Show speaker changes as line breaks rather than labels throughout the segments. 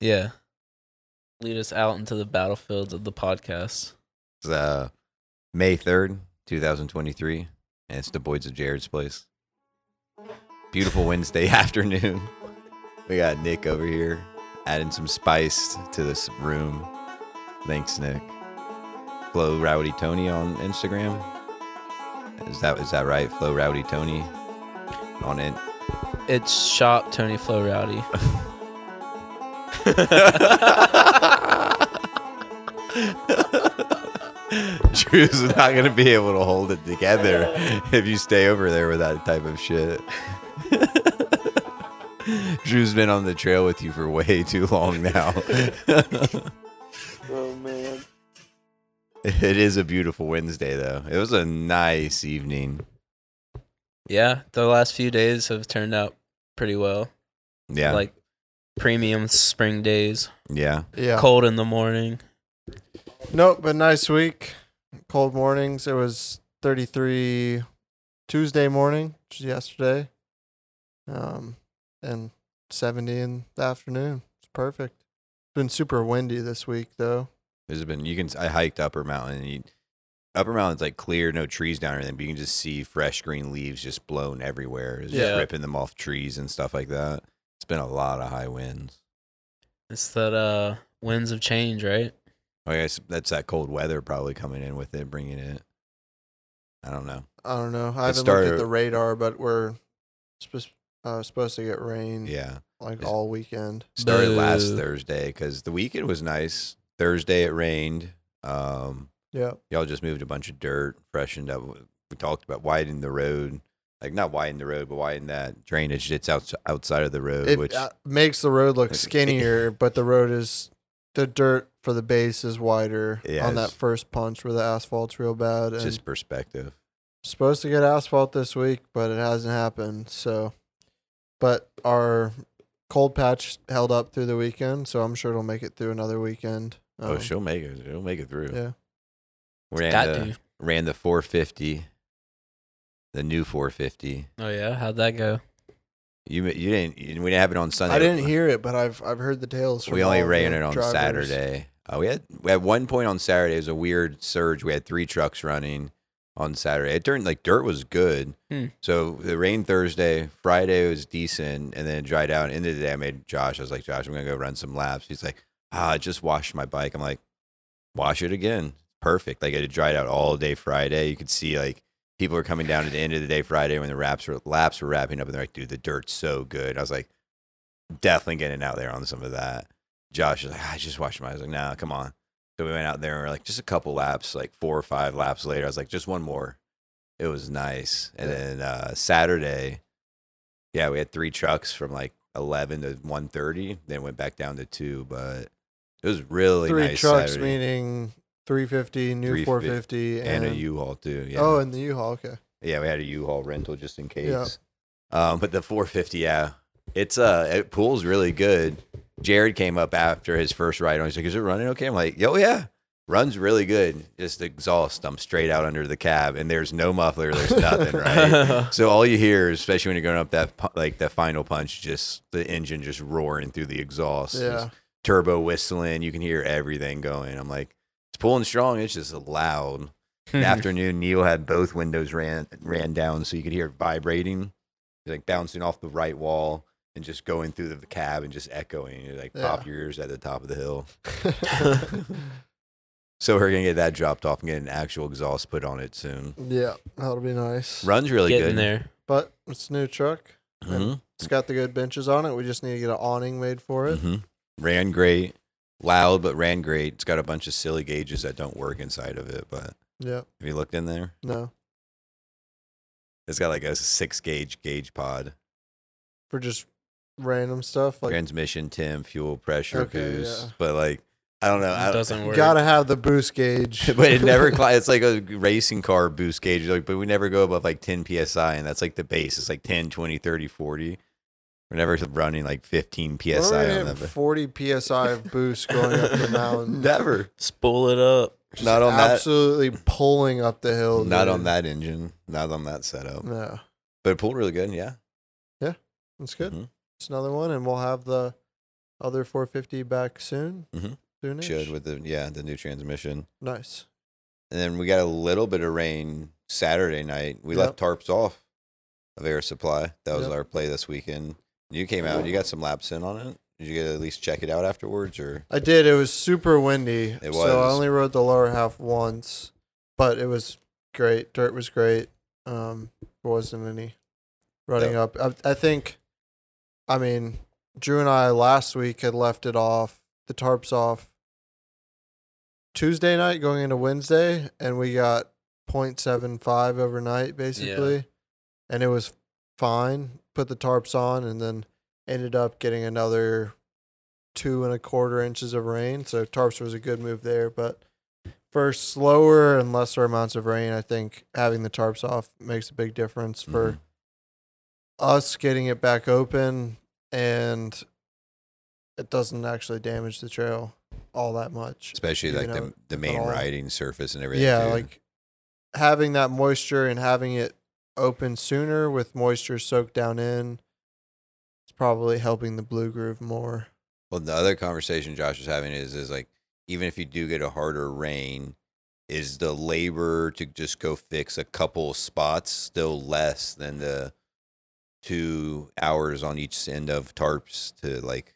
Yeah. Lead us out into the battlefields of the podcast.
It's uh, May 3rd, 2023, and it's the Boyd's of Jared's place. Beautiful Wednesday afternoon. We got Nick over here adding some spice to this room. Thanks, Nick. Flo Rowdy Tony on Instagram. Is that is that right? Flo Rowdy Tony on it.
It's shop Tony Flo Rowdy.
Drew's not gonna be able to hold it together if you stay over there with that type of shit. Drew's been on the trail with you for way too long now.
Oh man.
it is a beautiful Wednesday though. It was a nice evening.
yeah, the last few days have turned out pretty well.
Yeah.
Like premium spring days.
yeah.
Yeah.
Cold in the morning.
Nope, but nice week. Cold mornings. It was 33 Tuesday morning, which is yesterday. Um, and 70 in the afternoon. It's perfect. It's been super windy this week though.
There's been you can I hiked Upper Mountain and you, Upper Mountain's like clear, no trees down or anything, but you can just see fresh green leaves just blown everywhere. It's
Yeah.
just ripping them off trees and stuff like that. It's been a lot of high winds.
It's that uh winds of change, right?
I guess that's that cold weather probably coming in with it, bringing it. I don't know.
I don't know. I haven't looked
started-
at the radar, but we're supposed uh, supposed to get rain
Yeah,
like
It's-
all weekend.
started last
Mm. Boo.
Thursday because the weekend was nice. Thursday it rained. Um,
Yeah.
y'all just moved a bunch of dirt, freshened up. We talked about widening the road, like not widen the road, but widen that drainage that's out, outside of the road,
It
which
uh, makes the road look
It's-
skinnier, but the road is the dirt for the base is wider
Yeah,
on that
it's-
first punch where the asphalt's real bad. And
just perspective.
supposed to get asphalt this week, but it hasn't happened. So, but our cold patch held up through the weekend, so I'm sure it'll make it through another weekend.
oh,
Um,
she'll make it. She'll make it through.
Yeah.
Ran
Got
the,
to.
ran the 450, the new 450.
Oh yeah, how'd that go?
You you didn't. You, we didn't have it on Sunday.
I didn't hear it, but I've I've heard the tales. From
We only
all the
ran it on
drivers.
Saturday. Uh, we had we had one point on Saturday. It was a weird surge. We had three trucks running on Saturday. It turned like dirt was good.
Hmm.
So it rained Thursday. Friday was decent, and then it dried out. End of the day, I made Josh. I was like, Josh, I'm gonna go run some laps. He's like, Ah, I just washed my bike. I'm like, wash it again. Perfect. Like it had dried out all day Friday. You could see like people are coming down at the end of the day Friday when the wraps were laps were wrapping up, and they're like, dude, the dirt's so good. I was like, definitely getting out there on some of that. Josh was like, "Ah, I just watched mine. I was like, nah, come on. So we went out there and we are like, just a couple laps, like four or five laps later. I was like, just one more. It was nice. And
Yeah.
then uh, Saturday, yeah, we had three trucks from like 11 to 1.30, then went back down to two, but it was really
Three
nice
trucks,
Saturday.
meaning 350, new
350,
450,
and a U-Haul too. Yeah.
Oh, and the U-Haul. Okay.
Yeah, we had a U-Haul rental just in case.
Yeah.
Um, but the 450, yeah, it's uh, it pulls really good. Jared came up after his first ride on. He's like, "Is it running okay?" I'm like, "Yo, yeah, runs really good." Just exhaust. I'm straight out under the cab, and there's no muffler. There's nothing right. So all you hear, especially when you're going up that pu- like that final punch, just the engine just roaring through the exhaust.
Yeah.
turbo whistling. You can hear everything going. I'm like, it's pulling strong. It's just loud. In the afternoon, Neil had both windows ran ran down, so you could hear it vibrating, like bouncing off the right wall and just going through the cab and just echoing. You like pop
Yeah.
your ears at the top of the hill. So we're gonna get that dropped off and get an actual exhaust put on it soon.
yeah, that'll be nice.
Runs really
Getting
good.
there.
But it's a new truck.
Mhm,
It's got the good benches on it. We just need to get an awning made for it.
mhm. Ran great. Loud, but ran great. It's got a bunch of silly gauges that don't work inside of it. But
Yeah.
have you looked in there?
No.
It's got like a six gauge gauge pod.
For just random stuff. Like
Transmission, temp, fuel, pressure,
Okay,
boost.
yeah.
But like, I don't know. I,
It doesn't work.
gotta have the boost gauge.
but it never cli- it's like a racing car boost gauge like but we never go above like 10 psi and that's like the base it's like 10 20 30 40 we're never running like 15
We're
psi
already
on
at
that but-
40 psi of boost going up the mountain.
never
Spool it up.
Just
not on that-
absolutely pulling up the hill.
not on
dude.
that engine not on that setup
No.
but it pulled really good yeah
That's good.
Mhm.
It's another one, and we'll have the Other 450 back soon.
Mhm.
Soon.
Should with the yeah the new transmission,
nice.
and then we got a little bit of rain Saturday night. We left tarps off of Air Supply. That was
Yep.
our play this weekend. You came out. You got some laps in on it. Did you get to at least check it out afterwards, or
I did. It was super windy.
It
So I
was.
only rode the lower half once, but it was great. Dirt was great. Um, there wasn't any running up. I, I think, I mean, Drew and I last week had left it off, the tarps off Tuesday night going into Wednesday, and we got 0.75 overnight basically. And it was fine. Put the tarps on and then ended up getting another two and a quarter inches of rain. So tarps was a good move there, but for slower and lesser amounts of rain, I think having the tarps off makes a big difference for
Mhm.
us getting it back open and it doesn't actually damage the trail all that much.
especially
you
like
know,
the the main
all.
riding surface and everything.
Yeah,
too.
like having that moisture and having it open sooner with moisture soaked down in it's probably helping the blue groove more.
Well, the other conversation Josh was having is is like even if you do get a harder rain, is the labor to just go fix a couple spots still less than the two hours on each end of tarps to like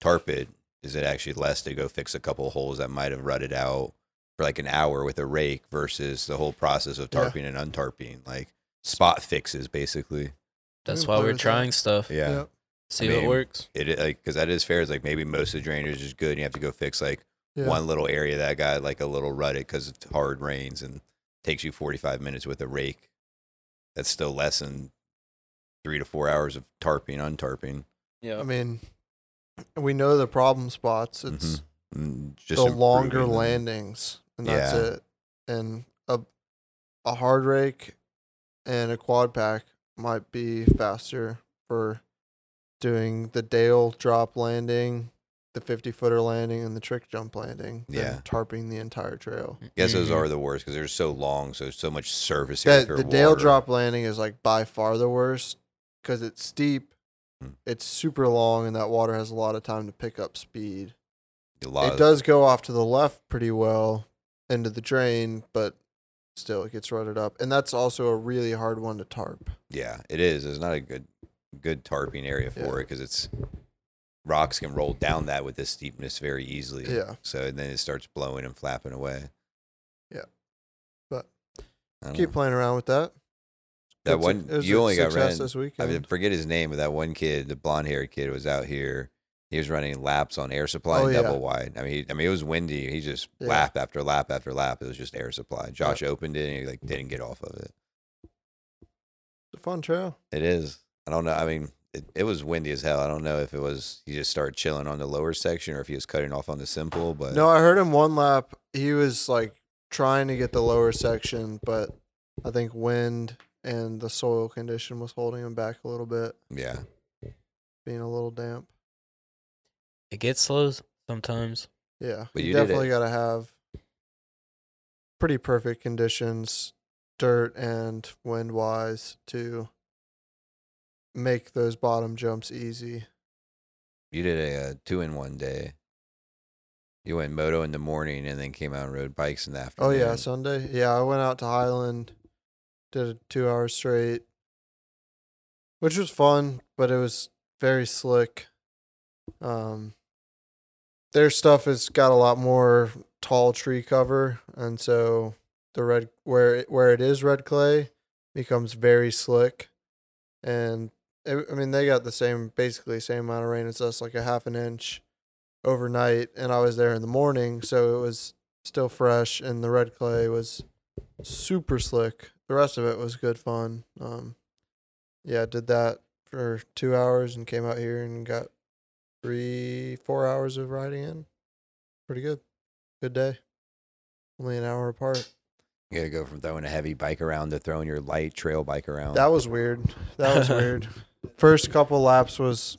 tarp it? Is it actually less to go fix a couple holes that might have rutted out for like an hour with a rake versus the whole process of
Yeah.
tarping and untarping, like spot fixes basically?
That's
I'm
why
fine
we're
with that.
trying stuff.
Yeah.
Yep.
See
I
what
mean,
works.
It it like because that is fair. It's like maybe most of the drainage is good. and You have to go fix like
Yeah.
one little area that got like a little rutted because of hard rains and takes you 45 minutes with a rake. That's still less than three to four hours of tarping, untarping.
Yeah.
I mean, we know the problem spots. It's
And Mm-hmm. Just
the longer
improving them.
landings, and that's
Yeah.
it. And a a hard rake and a quad pack might be faster for doing the Dale drop landing, the fifty footer landing, and the trick jump landing. than
Yeah.
tarping the entire trail.
Guess those
Mhm.
are the worst because they're so long, so so much surface area
That
for
the Dale
water.
drop landing is like by far the worst because it's steep.
Mm.
It's super long, and that water has a lot of time to pick up speed.
A lot
it
of-
does go off to the left pretty well into the drain, but still it gets rutted up. And that's also a really hard one to tarp.
Yeah, it is. It's not a good good tarping area for
Yeah.
it because it's rocks can roll down that with this steepness very easily.
Yeah.
So and then it starts blowing and flapping away.
Yeah. But
I don't
Keep
know.
playing around with that.
that
It's a-
one
it was
you
a
only got
success
ran.
this
I
weekend.
mean, forget his name, but that one kid, the blonde haired kid, was out here. He was running laps on air supply
Oh,
and
yeah.
double wide. I mean, he, I mean, it was windy. He just
Yeah.
lap after lap after lap. It was just air supply. Josh opened it and he like didn't get off of it.
It's a fun trail.
It is. I don't know. I mean, it, it was windy as hell. I don't know if it was he just started chilling on the lower section or if he was cutting off on the simple. But
No, I heard him one lap. He was like trying to get the lower section, but I think wind and the soil condition was holding him back a little bit,
yeah,
being a little damp.
It gets slow sometimes.
Yeah,
But
you,
you did
definitely
it.
got to have pretty perfect conditions, dirt and wind wise, to make those bottom jumps easy.
you did a, uh two in one day. You went moto in the morning and then came out and rode bikes in the
Oh
afternoon.
yeah, Sunday. Yeah, I went out to Highland, did a two hour straight, which was fun, but it was very slick. Um, their stuff has got a lot more tall tree cover, and so the red where it, where it is red clay becomes very slick, and it, I mean they got the same basically same amount of rain as us, like a half an inch overnight, and I was there in the morning, so it was still fresh, and the red clay was super slick. The rest of it was good fun. Um, yeah, did that for two hours and came out here and got three, four hours of riding in. Pretty good. Good day. Only an hour apart.
you gotta go from throwing a heavy bike around to throwing your light trail bike around.
That was weird. That was weird. First couple laps was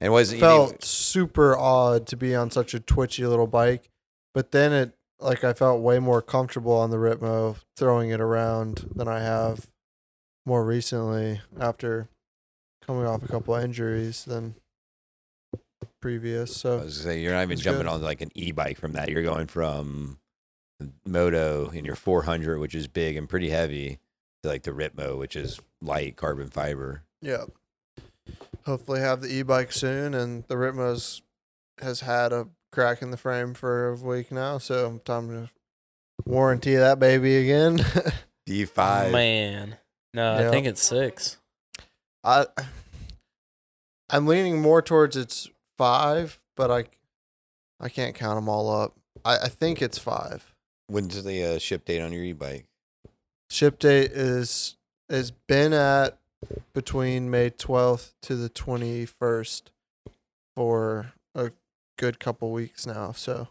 and wasn't
felt
even,
super odd to be on such a twitchy little bike, but then it like I felt way more comfortable on the Ritmo throwing it around than I have more recently after coming off a couple of injuries. Then previous.
I
So
was gonna say you're not even
It's
jumping
good.
on like an e-bike from that. You're going from the moto in your 400, which is big and pretty heavy, to like the Ritmo, which is light carbon fiber.
yeah, hopefully have the e-bike soon. And the Ritmos has had a crack in the frame for a week now, so time to warranty that baby again.
D5.
Man, no,
Yeah.
I think it's six.
I I'm leaning more towards it's five, but I I can't count them all up. I, I think it's five.
When's the uh, ship date on your e-bike?
Ship date is has been at between May 12th to the 21st for a good couple weeks now. So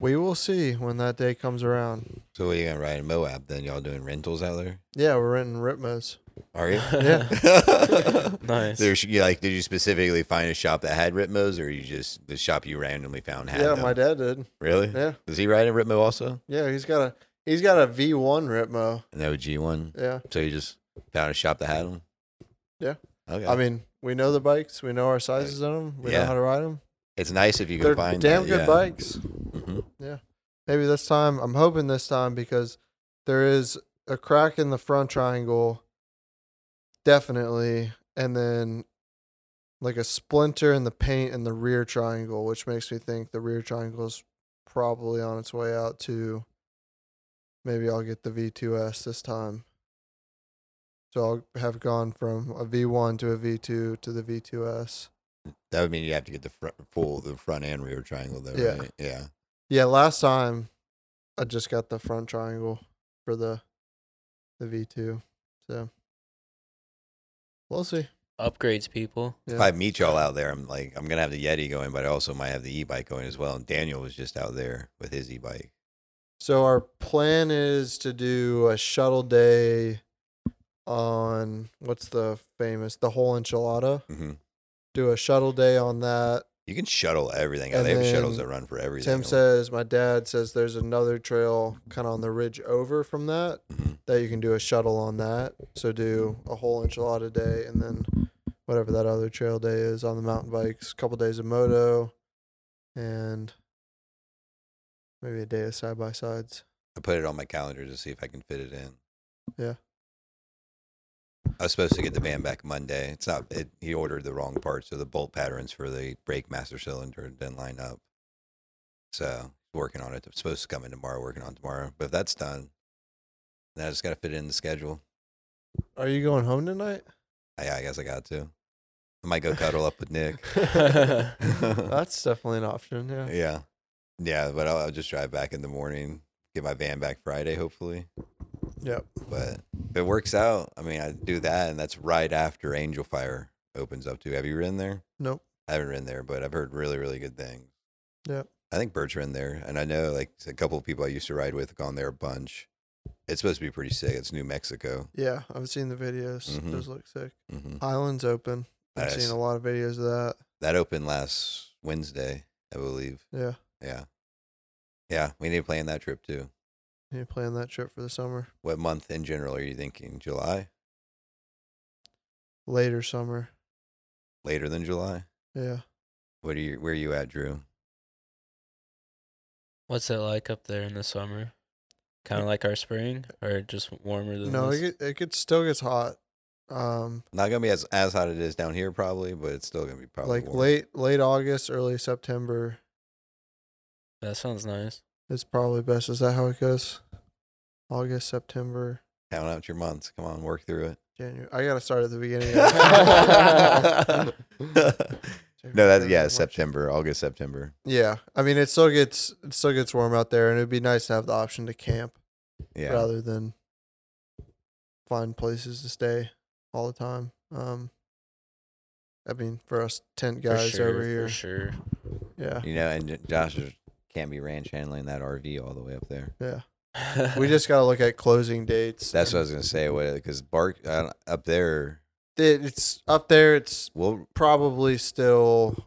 we will see when that day comes around.
So what are you gonna ride in Moab? Then y'all doing rentals out there?
Yeah, we're renting Ritmos.
Are you?
Yeah.
Nice.
There's you like, did you specifically find a shop that had Ritmos, or you just the shop you randomly found had?
Yeah,
them?
my dad did.
Really?
Yeah,
Does he ride a Ritmo also?
yeah, he's got a he's got a V1 Ritmo.
An OG one.
Yeah.
So you just found a shop that had them.
Yeah.
Okay.
I mean, we know the bikes, we know our sizes on them, we
Yeah.
know how to ride them.
it's nice if you
They're
can find
damn
that,
good
yeah.
bikes.
Mhm.
Maybe this time, I'm hoping this time because there is a crack in the front triangle, definitely, and then like a splinter in the paint in the rear triangle, which makes me think the rear triangle is probably on its way out to. Maybe I'll get the V2S this time. So I'll have gone from a V1 to a V2 to the V2S.
That would mean you have to get the front, full, the front and rear triangle though.
Yeah.
Right? Yeah.
Yeah, last time I just got the front triangle for the the V two. So we'll see.
Upgrades, people.
Yeah.
If I meet y'all out there, I'm like, I'm gonna have the Yeti going, but I also might have the e-bike going as well. And Daniel was just out there with his e-bike.
So our plan is to do a shuttle day on what's the famous the whole enchilada.
hmm
Do a shuttle day on that.
You can shuttle everything. Oh,
And
they have shuttles
then
that run for everything.
Tim says my dad says there's another trail kind of on the ridge over from that
Mhm.
that you can do a shuttle on that. So do a whole enchilada day and then whatever that other trail day is on the mountain bikes, couple days of moto and maybe a day of side by sides.
I put it on my calendar to see if I can fit it in.
Yeah.
I was supposed to get the van back Monday. It's not. It, he ordered the wrong part, so the bolt patterns for the brake master cylinder didn't line up. So working on it. It's supposed to come in tomorrow. Working on it tomorrow. But if that's done, then I just got to fit it in the schedule.
Are you going home tonight?
I, I guess I got to. I might go cuddle up with Nick.
That's definitely an option. Yeah.
yeah, yeah. But I'll, I'll just drive back in the morning. Get my van back Friday, hopefully.
Yep.
But if it works out, I mean, I do that, and that's right after Angel Fire opens up too. Have you ridden there?
Nope.
I haven't ridden there, but I've heard really, really good things.
Yep.
I think Bert's ridden there, and I know like a couple of people I used to ride with have gone there a bunch. It's supposed to be pretty sick. It's New Mexico.
Yeah. I've seen the videos.
Mhm.
Those look sick.
hmm
Highlands open. I've
Nice.
seen a lot of videos of that.
That opened last Wednesday, I believe.
Yeah.
Yeah, yeah. We need to plan that trip too.
You plan that trip for the summer.
What month in general are you thinking? July?
Later summer.
Later than July?
Yeah.
What are you? Where are you at, Drew?
What's it like up there in the summer? Kind of like our spring, or just warmer than
No, it,
this?
get- it gets still gets hot. Um,
Not gonna be as as hot as it is down here probably, but it's still gonna be probably
like
warm.
late late August, early September
That sounds nice.
is probably best. Is that how it goes? August, September,
Count out your months. Come on, work through it.
January. I gotta start at the beginning.
Yeah.
no, that's
February,
yeah,
March.
September, August, September.
Yeah, I mean it still gets it still gets warm out there, and it'd be nice to have the option to camp
Yeah,
rather than find places to stay all the time. Um, I mean for us tent guys
for sure,
over here,
For sure.
yeah,
you know, and J- Josh is- can't be ranch handling that RV all the way up there.
yeah. We just gotta look at closing dates.
That's what I was gonna say. What because Bark I don't- up there?
It- it's up there. It's
Well,
probably still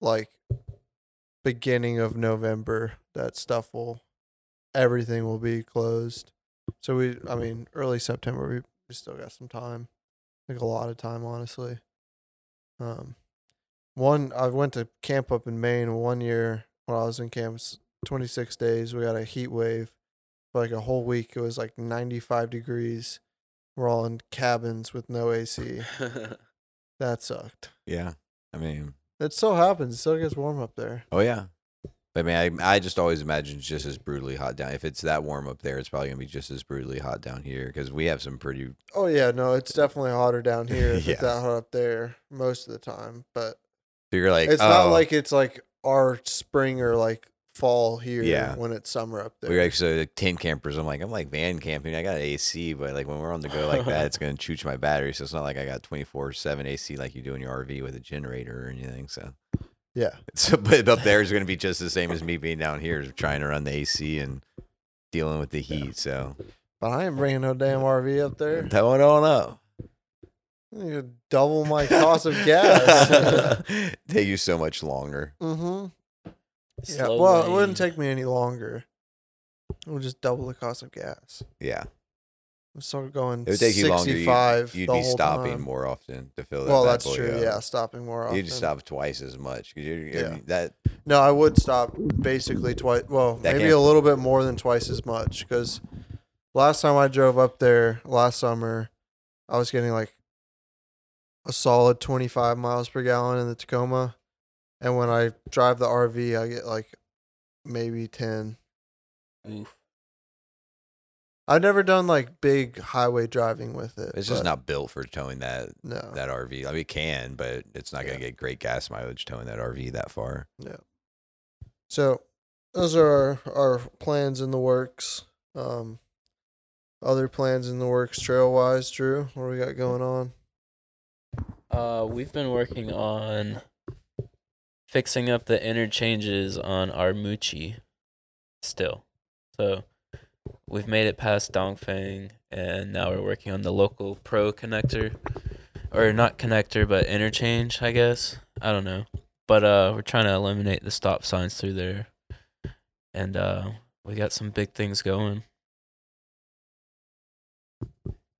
like beginning of November that stuff will everything will be closed. So we I mean early September we, we still got some time. Like a lot of time honestly. Um One, I went to camp up in Maine one year when I was in camps, 26 days. We got a heat wave for like a whole week. It was like 95 degrees. We're all in cabins with no AC. That sucked.
Yeah. I mean,
It still happens. It still gets warm up there.
oh yeah. I mean, I I just always imagine it's just as brutally hot down. If it's that warm up there, it's probably gonna be just as brutally hot down here because we have some pretty.
Oh yeah, no, it's definitely hotter down here. if
Yeah.
It's that hot up there most of the time, but
You're like,
it's not
oh.
like it's like our spring or like fall here
Yeah.
when it's summer up there.
We're actually like tent campers. I'm like, I'm like van camping. I got AC, but like when we're on the go like that, it's gonna chooch my battery. So it's not like I got 24 seven AC like you do in your RV with a generator or anything. So,
yeah.
so but up there is gonna be just the same as me being down here trying to run the AC and dealing with the heat. So
But I ain't bringing no damn RV up there.
tow it on up.
I need to double my cost of gas.
Take you so much longer.
mm-hmm. Yeah.
Slow
Well, it wouldn't
lane.
take me any longer. It would just double the cost of gas.
Yeah,
I'm still going
it would take you longer. You'd,
65
you'd
the
be
whole
stopping
time.
more often to fill that.
Well,
bad
that's
boy
true.
up.
Yeah, stopping more often.
You'd stop twice as much 'cause you're, I
Yeah.
mean, that
No, I would stop basically twice. Well,
That
maybe
can't-
a little bit more than twice as much because last time I drove up there last summer, I was getting like a solid 25 miles per gallon in the Tacoma. And when I drive the RV, I get like maybe 10.
Oof.
I've never done like big highway driving with it.
It's just
but
not built for towing that
No.
that RV. I mean, it can, but it's not going to
Yeah.
get great gas mileage towing that RV that far.
So those are our, our plans in the works. Um, other plans in the works trail wise, Drew. What do we got going on?
Uh, we've been working on fixing up the interchanges on Armuchi still. So we've made it past Dongfeng and now we're working on the local pro connector or not connector but interchange, I guess. I don't know. But uh we're trying to eliminate the stop signs through there. And uh we got some big things going.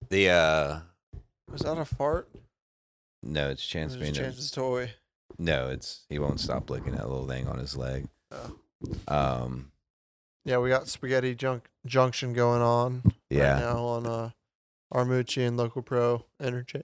The uh
Was that a fart?
no, it's Chance
Or just
Bean.
Chance's toy.
No, it's he won't stop licking that little thing on his leg.
Oh.
Um,
Yeah, we got spaghetti junk junction going on right
yeah,
now on uh, Armucci and Local Pro intercha-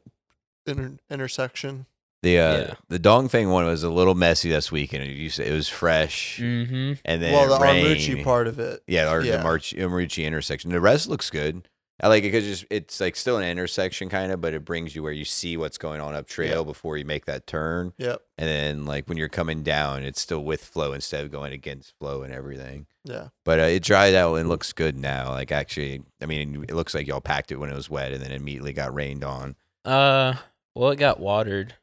inter- intersection.
the uh
Yeah.
the Dongfeng one was a little messy this weekend. You said it was fresh,
Mhm.
and then
Mm. Well,
it
the
rained.
Armucci part of it.
Yeah, or the
Yeah.
March Marucci intersection. The rest looks good. I like it because just it's like still an intersection kind of, but it brings you where you see what's going on up trail before you make that turn,
Yep.
and then like when you're coming down, it's still with flow instead of going against flow and everything.
Yeah.
But uh, it dried out and looks good now. Like actually, I mean, it looks like y'all packed it when it was wet, and then immediately got rained on.
Uh, well, it got watered,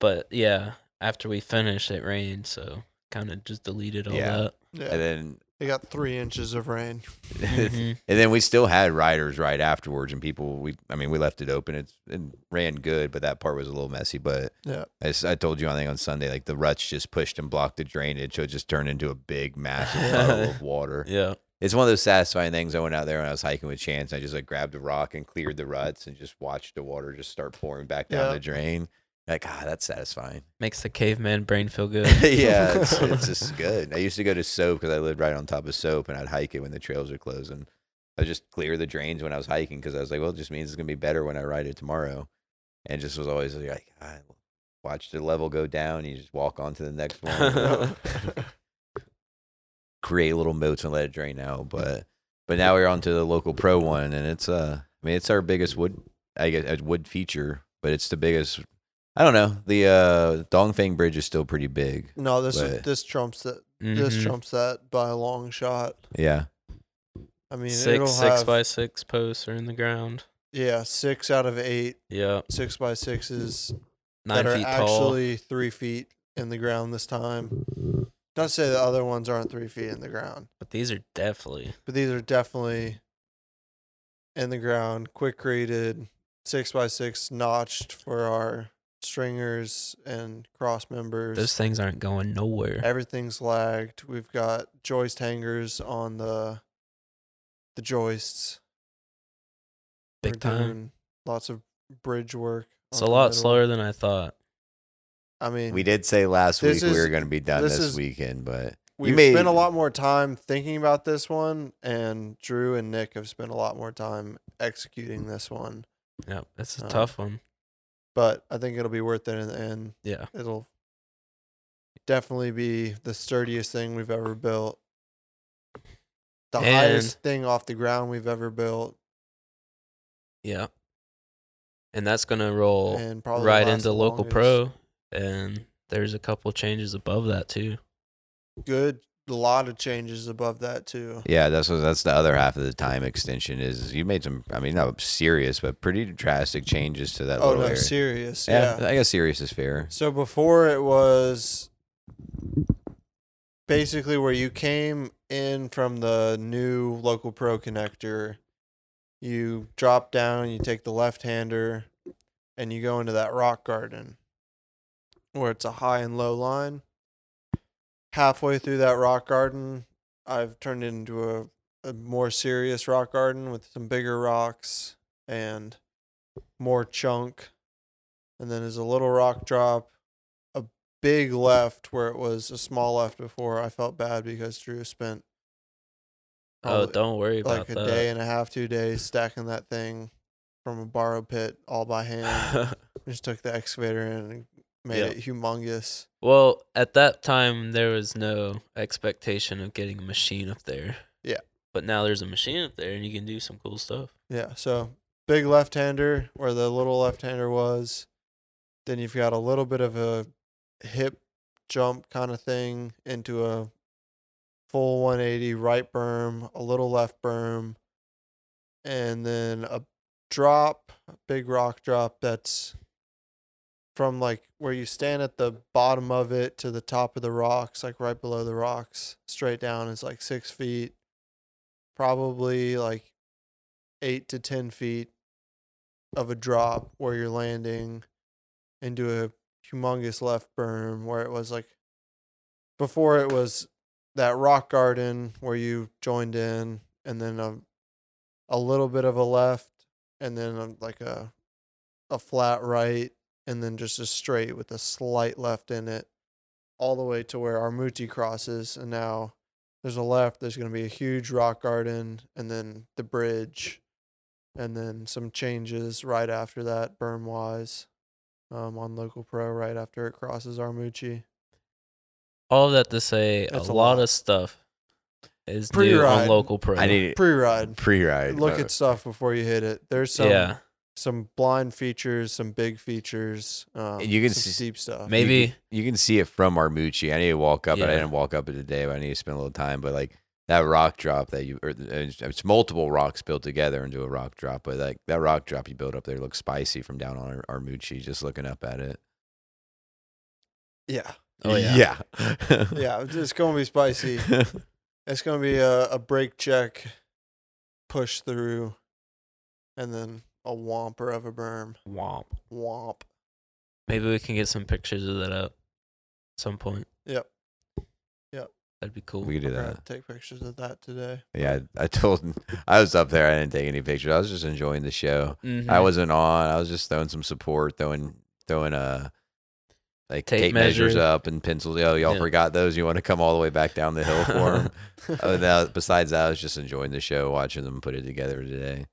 but yeah, after we finished, it rained, so kind of just deleted all
Yeah.
that.
Yeah. Mm-hmm.
And then
they got three inches of rain.
Mhm.
And then we still had riders right afterwards, and people. We, I mean, we left it open. It's, it ran good, but that part was a little messy. But
Yeah.
I, s- I told you I think on Sunday, like the ruts just pushed and blocked the drainage, so it just turned into a big, massive puddle of water.
yeah,
It's one of those satisfying things. I went out there when I was hiking with Chance, and I just like grabbed a rock and cleared the ruts, and just watched the water just start pouring back down
Yeah.
the drain. Like, ah, that's satisfying.
makes the caveman brain feel good.
yeah, it's, it's just good. I used to go to Soap because I lived right on top of Soap, and I'd hike it when the trails were closed, and I would just clear the drains when I was hiking because I was like, well, it just means it's gonna be better when I ride it tomorrow, and just was always like, I watch the level go down, you just walk on to the next one, oh. create little moats and let it drain out. But but now we're on to the local pro one, and it's uh, I mean, it's our biggest wood, I guess, uh, wood feature, but it's the biggest. I don't know. The uh, Dongfeng Bridge is still pretty big.
No, this
But- Mm-hmm.
is, this trumps that. This
Mhm.
trumps that by a long shot.
Yeah.
I mean, it'll
six six
have-
by six posts are in the ground.
Yeah, six out of eight
Yeah,
six by sixes
nine
that are
feet tall.
actually three feet in the ground this time. Not to say the other ones aren't three feet in the ground,
But these are definitely
but these are definitely in the ground, quick graded, six by six notched for our stringers and cross members.
those things aren't going nowhere.
Everything's lagged. We've got joist hangers on the the joists.
Big time.
Lots of bridge work.
It's a
on the
lot
middle.
slower than I thought.
I mean,
We did say last week
This
we
is-
were going to be done this,
this is-
weekend, but
we've
made-
spent a lot more time thinking about this one, and Drew and Nick have spent a lot more time executing this one.
Yep, that's a
Uh,
tough one.
But I think it'll be worth it in the end.
Yeah,
It'll definitely be the sturdiest thing we've ever built, the highest thing off the ground we've ever built,
yeah. And that's gonna roll
and probably
right
last
into
the
local
longest.
pro, and there's a couple changes above that too.
Good, a lot of changes above that too.
yeah, that's what, that's the other half of the time extension is, is you made some. I mean, not serious, but pretty drastic changes to that
Oh
little
no,
area.
serious.
yeah,
yeah.
I guess serious is fair.
So before it was basically where you came in from the new local pro connector. You drop down, you take the left hander, and you go into that rock garden where it's a high and low line. Halfway through that rock garden, I've turned it into a, a more serious rock garden with some bigger rocks and more chunk and then there's a little rock drop, a big left where it was a small left before. I felt bad because Drew spent
Oh,
probably
don't worry about
like a
that.
day and a half, two days stacking that thing from a borrow pit all by hand. Just took the excavator in and made
Yeah.
it humongous.
well, at that time there was no expectation of getting a machine up there.
Yeah.
But now there's a machine up there, and you can do some cool stuff.
Yeah, so big left hander where the little left hander was. Then you've got a little bit of a hip jump kind of thing into a full 180 right berm, a little left berm, and then a drop, a big rock drop that's from like where you stand at the bottom of it to the top of the rocks, like right below the rocks, straight down is like six feet, probably like eight to ten feet of a drop where you're landing into a humongous left berm where it was like before it was that rock garden where you joined in and then a a little bit of a left and then a, like a a flat right and then just a straight with a slight left in it all the way to where Armuti crosses and now there's a left there's going to be a huge rock garden and then the bridge and then some changes right after that berm wise um, on local pro right after it crosses armucci
All of that to say,
That's
a,
a
lot,
lot.
of stuff is
Pretty
new on
ride.
local pro.
I need
pre-ride
pre-ride. uh,
look at stuff before you hit it there's some
yeah,
some blind features some big features um,
You can
some
s-
steep stuff
maybe
you can see it from Armucci. I need to walk up, but I
Yeah.
didn't walk up it today. But I need to spend a little time. But like that rock drop that you, or uh, it's it's multiple rocks built together into a rock drop. But like that rock drop you built up there looks spicy from down on Ar- Armucci. Just looking up at it.
yeah
Oh yeah.
yeah,
yeah it's, it's going to be spicy it's going to be a, a break check push through and then a whomper of a berm
Womp.
womp
Maybe we can get some pictures of that up at some point.
Yep. Yep.
That'd be cool.
we could do
I'm gonna
that.
take pictures of that today
Yeah, I, I told. I was up there. I didn't take any pictures. I was just enjoying the show.
Mhm.
I wasn't on. I was just throwing some support, throwing throwing uh like
Tape
tape, measures
measure.
up and pencils. Oh, y'all
Yeah.
forgot those. You want to come all the way back down the hill for them? oh, that, besides that, I was just enjoying the show, watching them put it together today.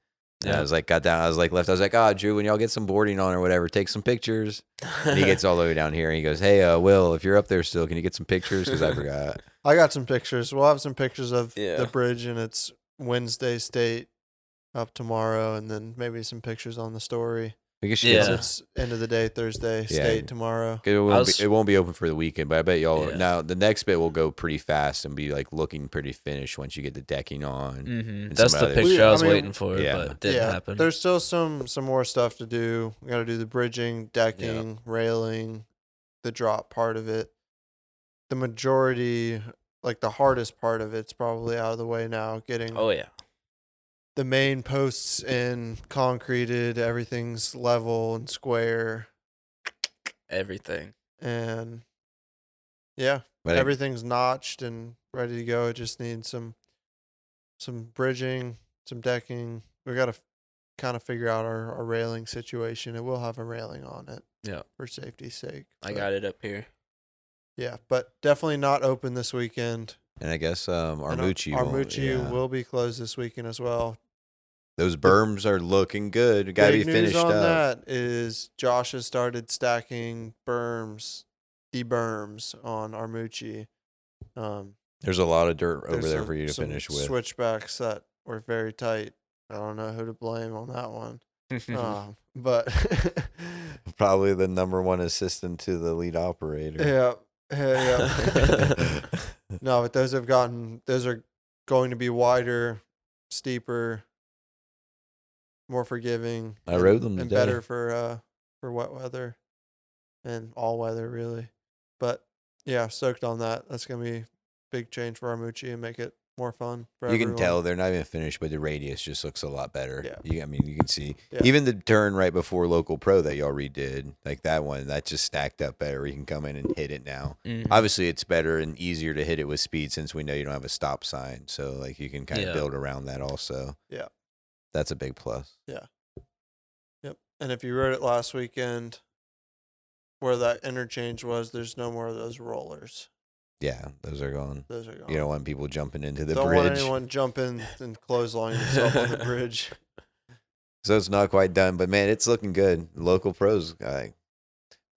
And I
Yeah.
was like, got down. I was like, left. I was like, ah, Drew, when y'all get some boarding on or whatever, take some pictures. And he gets all the way down here and he goes, hey, uh, Will, if you're up there still, can you get some pictures? Because I forgot.
I got some pictures. We'll have some pictures of
Yeah.
the bridge and its Wednesday state up tomorrow, and then maybe some pictures on the story.
We could
Yeah.
Yeah.
yeah.
It's end of the day Thursday state tomorrow.
It
I
won't,
was-
be, it won't be open for the weekend, but I bet y'all
Yeah.
now the next bit will go pretty fast and be like looking pretty finished once you get the decking on.
Mm,
hmm
And
That's the
some other-
picture
We-
I
I
was
mean,
waiting for,
yeah.
but it didn't happen.
There's still some some more stuff to do. We got to do the bridging, decking, railing, the drop part of it. The majority, like the hardest part of it's probably out of the way now. Getting
oh yeah.
the main posts in concreted, everything's level and square,
Everything.
and yeah,
But I-
everything's notched and ready to go. It just needs some some bridging, some decking. We got to kind of figure out our, our railing situation. It will have a railing on it.
Yeah.
For safety's sake.
I
But,
got it up here.
Yeah, but definitely not open this weekend.
And I guess um,
And, uh,
Armucci. won't-
Armucci
yeah.
will be closed this weekend as well.
Those berms are looking good. Got to be
Big news
finished
on
up.
that is Josh has started stacking berms, the berms on Armucci. Um,
There's a lot of dirt over
there's
there
some-
for you to
some
finish with.
Switchbacks that were very tight. I don't know who to blame on that one.
Mm-hmm.
um, but
Probably the number one assistant to the lead operator.
yeah, yeah, yeah. no, but those have gotten those are going to be wider, steeper, more forgiving.
I
and-
rode them
and
today.
better for uh for wet weather, and all weather really. But yeah, stoked on that. That's gonna be a big change for Armucci and make it more fun for
you can
everyone.
tell they're not even finished, but the radius just looks a lot better.
Yeah.
You, I mean, you can see
Yeah.
even the turn right before local pro that y'all redid, like that one, that just stacked up better. You can come in and hit it now.
Mm-hmm.
Mm.
Obviously, it's better and easier to hit it with speed since we know you don't have a stop sign, so like you can kind of
Yeah.
build around that also.
Yeah.
that's a big plus.
Yep. And if you rode it last weekend, where that interchange was, there's no more of those rollers.
Yeah, those are gone.
Those are gone.
You don't want people jumping into the
Oh. Don't want
bridge,
anyone jumping and clotheslining themselves on the bridge.
so it's not quite done. But man, it's looking good. Local pros, like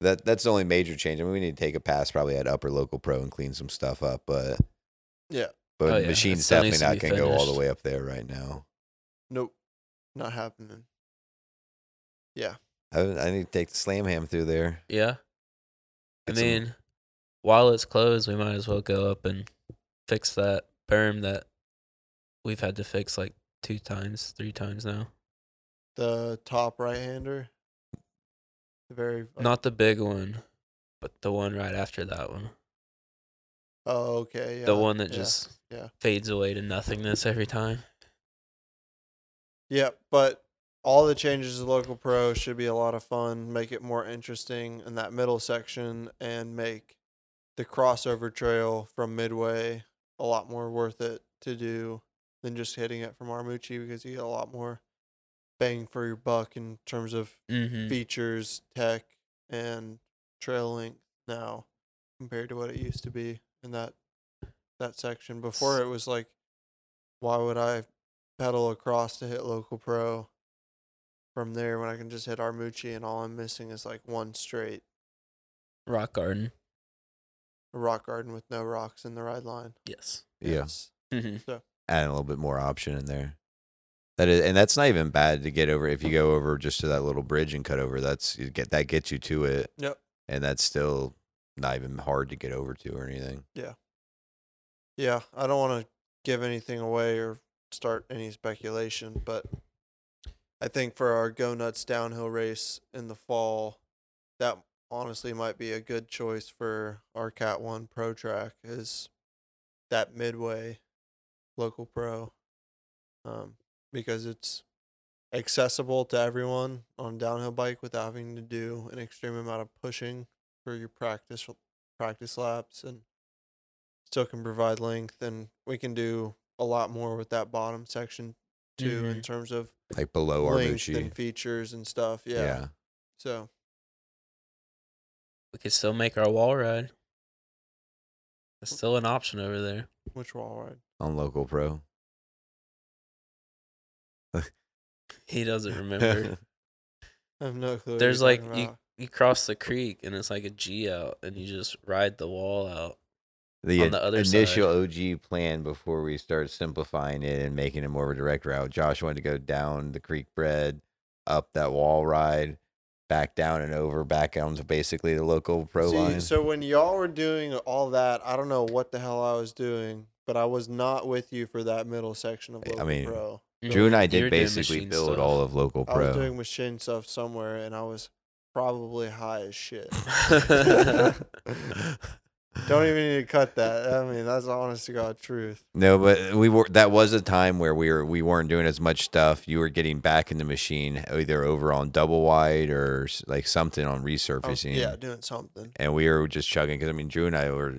that. That's the only major change. I mean, we need to take a pass probably at upper local pro and clean some stuff up, but.
Yeah.
But
Oh, yeah. It
machine's
still
definitely
needs to
not
be
going to go all the
finished.
way up there right now.
Nope. Not happening.
I, I need to take the slam ham through there.
yeah. I
Get some-
mean, while it's closed, we might as well go up and fix that berm that we've had to fix like two times, three times now.
The top right hander. The very like-
Not the big one, but the one right after that one.
Oh, okay. Yeah.
the one that
yeah.
just
yeah.
fades away to nothingness every time.
Yeah, but all the changes to local pro should be a lot of fun. Make it more interesting in that middle section, and make the crossover trail from Midway a lot more worth it to do than just hitting it from Armucci because you get a lot more bang for your buck in terms of
Mm-hmm.
features, tech, and trail length now compared to what it used to be in that that section. Before it was like, why would I pedal across to hit local pro from there when I can just hit Armucci and all I'm missing is like one straight
Rock garden.
rock garden with no rocks in the ride line.
Yes.
yeah,
It's-
Mm-hmm.
add a little bit more option in there. That is, and that's not even bad to get over. If you go over just to that little bridge and cut over, that's you get that gets you to it,
Yep.
and that's still not even hard to get over to or anything.
Yeah, I don't want to give anything away or start any speculation, but I think for our Go Nuts downhill race in the fall, that honestly might be a good choice for our Cat 1 Pro Track is that midway local pro um, because it's accessible to everyone on a downhill bike without having to do an extreme amount of pushing for your practice practice laps and still can provide length and we can do a lot more with that bottom section too in terms of
Like below
length
Arbucci,
and features and stuff yeah,
yeah.
so
We could still make our wall ride. It's still an option over there.
which wall ride
on local pro.
He doesn't remember.
i have no clue what
There's
you're
like
talking
you,
about.
you cross the creek and it's like a G out and you just ride the wall out.
the,
on the other side.
initial OG plan before we start simplifying it and making it more of a direct route. Josh wanted to go down the creek bed, up that wall ride, back down and over, back onto basically the local pro
See,
line.
so when y'all were doing all that i don't know what the hell i was doing but i was not with you for that middle section of
I
local
mean,
pro
Drew and I
You
did
were doing
basically
machine
build
stuff.
all of local
i was
pro.
doing machine stuff somewhere and i was probably high as shit don't e even need to cut that i mean that's honest to god truth
No, but we were. That was a time where we were we weren't doing as much stuff. You were getting back in the machine either over on double wide or s- like something on
I was-
resurfacing.
Oh, yeah doing something
and we were just chugging because I mean Drew and I were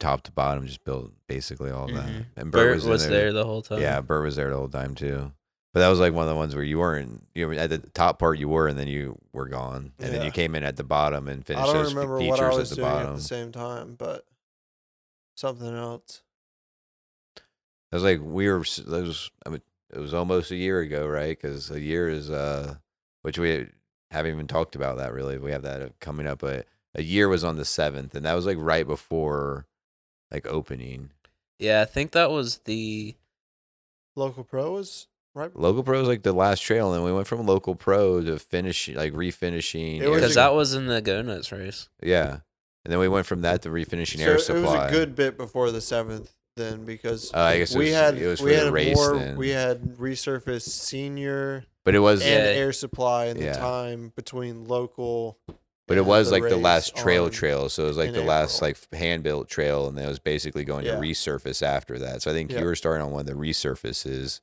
top to bottom, just built basically all that.
Mhm.
And Bert,
Bert
was,
was,
in
there the whole time.
Yeah, Bert was there the whole time too. But that was like one of the ones where you weren't. You were at the top part, you were, and then you were gone, and then
Yeah.
you came in at the bottom and
I
finished
don't
those
remember
features
what I was
at the
doing
bottom.
at the same time, but something else.
It was like we were. s- That was. I mean, it was almost a year ago, right? Because a year is, uh, which we haven't even talked about that really. We have that uh, coming up, but a year was on the seventh, and that was like right before, like opening.
Yeah, I think that was the
Local pro was right.
Local pro was like the last trail, and then we went from local pro to finish, like refinishing.
It
air
was
because
a-
that was in the Go Nuts race.
yeah, and then we went from that to refinishing
So
air
it was
supply.
a good bit before the seventh, then because
Uh, I guess it
we
was-
had
it was
we
for the
had
race
more.
then.
We had resurfaced senior
but it was,
and
Yeah.
air supply in
Yeah.
the time between local.
but it
and
was
the
like the
race
last trail
on-
trail. So it was like
in
the last
April.
like hand built trail, and then it was basically going
Yeah.
to resurface after that. So I think
Yeah.
you were starting on one of the resurfaces